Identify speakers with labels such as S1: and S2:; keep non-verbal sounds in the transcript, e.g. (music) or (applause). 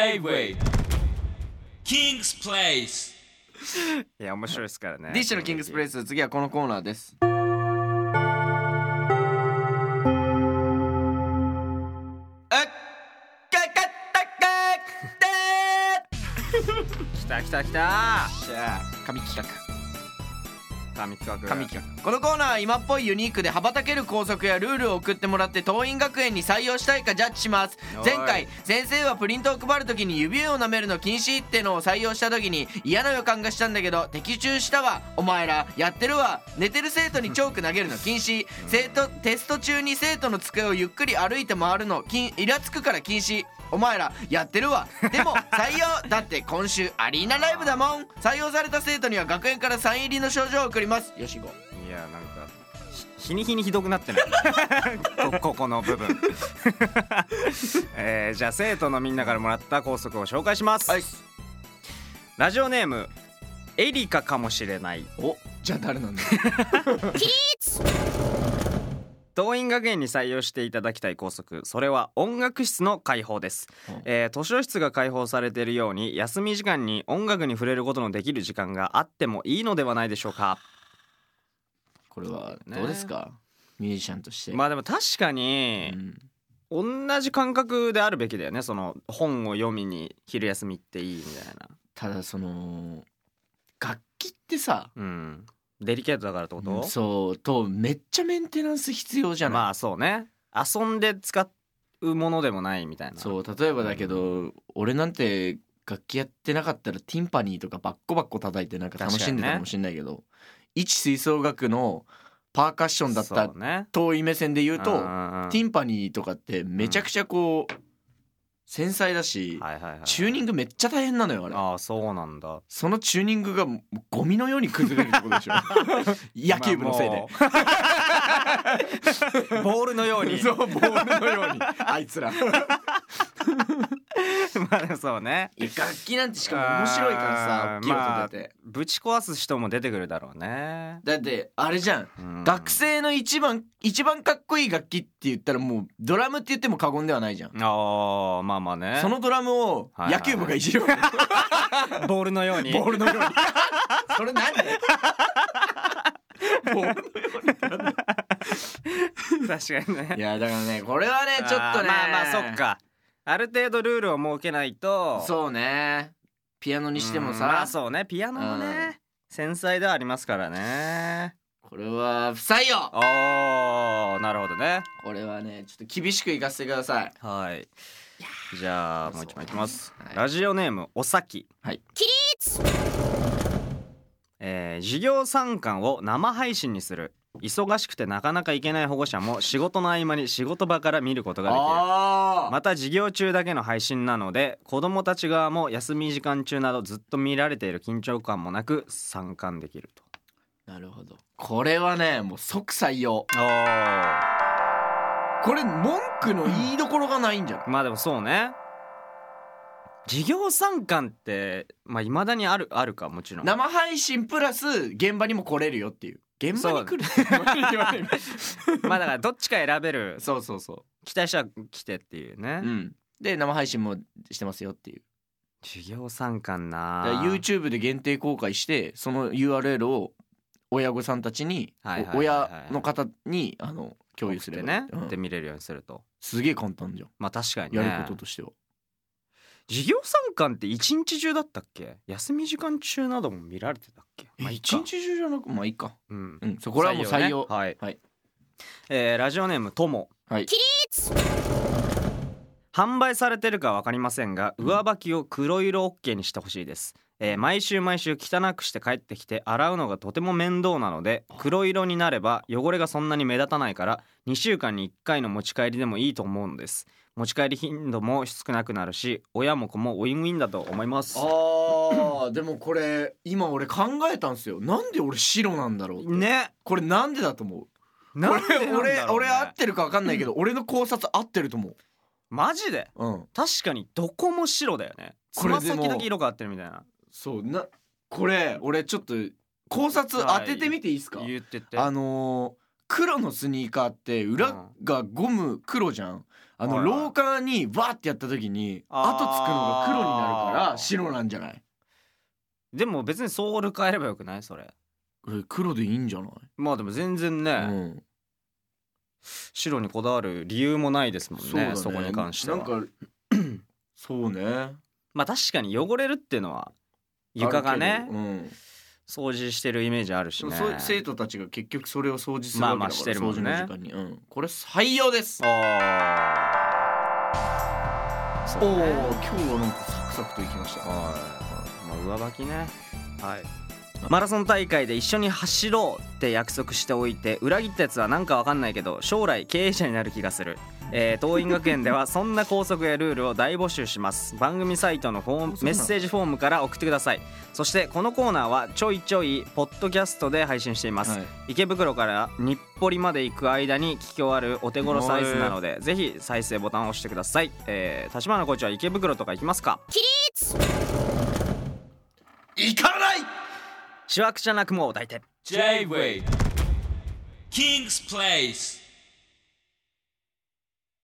S1: J-Way King's Place
S2: いや面白いですからね
S3: ディッシュのキングスプレイス次はこのコーナーです
S2: 来た来た来た
S3: じゃあ神企
S2: 神企画
S3: 画神企画このコーナーは今っぽいユニークで羽ばたける校則やルールを送ってもらって桐蔭学園に採用したいかジャッジします
S2: おい
S3: 前回先生はプリントを配る時に指を舐めるの禁止ってのを採用した時に嫌な予感がしたんだけど的中したわお前らやってるわ寝てる生徒にチョーク投げるの禁止生徒テスト中に生徒の机をゆっくり歩いて回るの禁イラつくから禁止お前らやってるわで (laughs) も採用だって今週アリーナライブだもん採用された生徒には学園からサイン入りの賞状を送りますよしご
S2: いやなんかひ日に日にひどくなって
S3: (laughs)
S2: ないこここの部分、 (laughs) えー、じゃあ生徒のみんなからもらった校則を紹介します、
S3: はい
S2: ラジオネームエリカかもしれない
S3: おじゃあ誰なんだ (laughs)
S2: 桐蔭学園に採用していただきたい校則それは音楽室の開放です
S3: うん、
S2: えー図書室が開放されているように休み時間に音楽に触れることのできる時間があってもいいのではないでしょうか
S3: これは
S2: ね
S3: どうですか、ミュージシャンとして、
S2: まあでも確か
S3: う
S2: に
S3: ん
S2: 同じ感覚であるべきだよねその本を読みに昼休みっていいみたいな
S3: ただその楽器ってさ
S2: うんデリケートだからってこと、
S3: うんそうとめっちゃメンテナンス必要じゃない、
S2: まあそうね遊んで使うものでもないみたいな
S3: そう例えばだけど俺なんて楽器やってなかったらティンパニーとかバッコバッコ叩いてなんか楽しんでたかもしれないけど、一吹奏楽のパーカッションだっ
S2: そ
S3: た
S2: うね
S3: 遠い目線で言うとテ
S2: ン
S3: ィンパニーとかってめちゃくちゃこう繊細だし、
S2: はいはいはい
S3: チューニングめっちゃ大変なのよあれ
S2: ああそうなんだ
S3: そのチューニングがもうゴミのように崩れるってこと
S2: (laughs)
S3: でしょ野球部のせいで、
S2: まあもう (laughs) ボールのように
S3: (laughs) そうボールの
S2: (laughs)
S3: ようにあいつら
S2: まあでもそうね
S3: 楽器なんてしかも面白いからさ
S2: あー
S3: 大きい音出て、
S2: ぶち壊す人も出てくるだろうね、
S3: だってあれじゃん
S2: うん
S3: 学生の一番一番かっこいい楽器って言ったらもうドラムって言っても過言ではないじゃん
S2: ああまあまあね
S3: そのドラムを
S2: はいはいは
S3: 野
S2: い
S3: 球部がい
S2: (laughs)
S3: じるわけ、
S2: ボールのように
S3: (laughs) ボールのように (laughs) それなんで
S2: (laughs)
S3: ボールのようにってなんだよ
S2: 確かにね
S3: いやだからねこれは (laughs) ねちょっとね
S2: あーまあまあそっかある程度ルールを設けないと
S3: そうねピアノにしても
S2: うんま
S3: さ
S2: あ、そうねピアノもね繊細ではありますからね
S3: これは不採用
S2: おーなるほどね
S3: これはねちょっと厳しくいかせてください
S2: はいじゃあもう一
S3: そう
S2: 枚いきます、
S3: はい
S2: ラジオネームおさき
S3: はい
S2: 起立えー、授業参観を生配信にする忙しくてなかなか行けない保護者も仕事の合間に仕事場から見ることができる
S3: あ
S2: また授業中だけの配信なので子どもたち側も休み時間中などずっと見られている緊張感もなく参観できると
S3: あなるほどこれはねもう即採用
S2: おー
S3: これ文句の言いどころがないんじゃない
S2: まあでもそうね授業参観ってまあいまだにあるあるかもちろん
S3: 生配信プラス現場にも来れるよっていう現場に来るって言われ (laughs) る
S2: (laughs) まあだからどっちか選べる
S3: そうそうそ
S2: 期待者来てっていうね
S3: う、うん、で生配信もしてますよっていう
S2: 授業参観
S3: だ
S2: な
S3: から YouTube で限定公開してその URL を親御さんたちに、
S2: はいはい
S3: お
S2: はいはい
S3: 親の方にあの共有すれば
S2: ね、
S3: うん
S2: で見れるようにすると
S3: すげえ簡単じゃん
S2: まあ確かにね
S3: やることとしては、
S2: 授業参観って一日中だったっけ休み時間中なども見られてたっけまあ
S3: え
S2: いい
S3: 一
S2: か
S3: 日中じゃなくまあいいか
S2: うん
S3: うん、そうこれはもう採用。
S2: ねはい、
S3: はい
S2: えーラジオネームとも
S3: はい。
S2: 販売されてるかわかりませんが上履きを黒色 OK にしてほしいです、えー毎週毎週汚くして帰ってきて洗うのがとても面倒なので黒色になれば汚れがそんなに目立たないから2週間に1回の持ち帰りでもいいと思うのです持ち帰り頻度も少なくなるし親も子もウィンウィンだと思います
S3: ああ、でもこれ今俺考えたんですよ。なんで俺白なんだろうって。
S2: ね
S3: これなんでだと思う。
S2: なんでなんだろう、ね、
S3: 俺俺俺合ってるかわかんないけど、俺の考察合ってると思う。
S2: マジで
S3: うん。
S2: 確かにどこも白だよねつ
S3: これで
S2: ま
S3: も
S2: 先だけ色変わってるみたいな
S3: そうなこれ俺ちょっと考察当ててみていいですか。
S2: 言ってって
S3: あのー黒のスニーカーって裏がゴム黒じゃんあの
S2: はいはい
S3: 廊下にバーってやった時に
S2: あー
S3: 跡つくのが黒になるから白なんじゃない
S2: でも別にソール変えればよくないそれ
S3: え黒でいいんじゃない、
S2: まあでも全然ね、
S3: うん
S2: 白にこだわる理由もないですもんね
S3: そう
S2: そ
S3: だね
S2: こに関しては
S3: なんか (clears throat) そうね
S2: まあ確かに汚れるっていうのは床が
S3: ある
S2: ね
S3: けどうん
S2: 掃除してるイメージあるし
S3: でも
S2: ね
S3: そう生徒たちが結局それを掃除する
S2: ま
S3: わ
S2: あ
S3: けだから、
S2: まあしてるもんね
S3: 掃除の時間に、うん、これ採用です
S2: ああそ
S3: お
S2: う
S3: おー
S2: ね
S3: 今日はなんかサクサクといきました
S2: はい、まあ、上履きねはいマラソン大会で一緒に走ろうって約束しておいて裏切ったやつはなんかわかんないけど将来経営者になる気がする、えー、桐蔭学園ではそんな校則やルールを大募集します番組サイトのフォーム
S3: そうなんだ
S2: メッセージフォームから送ってくださいそしてこのコーナーはちょいちょいポッドキャストで配信しています、
S3: はい
S2: 池袋から日暮里まで行く間に聞き終わるお手頃サイズなのでぜひ再生ボタンを押してください、えー、立花コーチは池袋とか行きますか
S3: 行かない
S2: しわくちゃなくも大体
S1: J-Way King's Place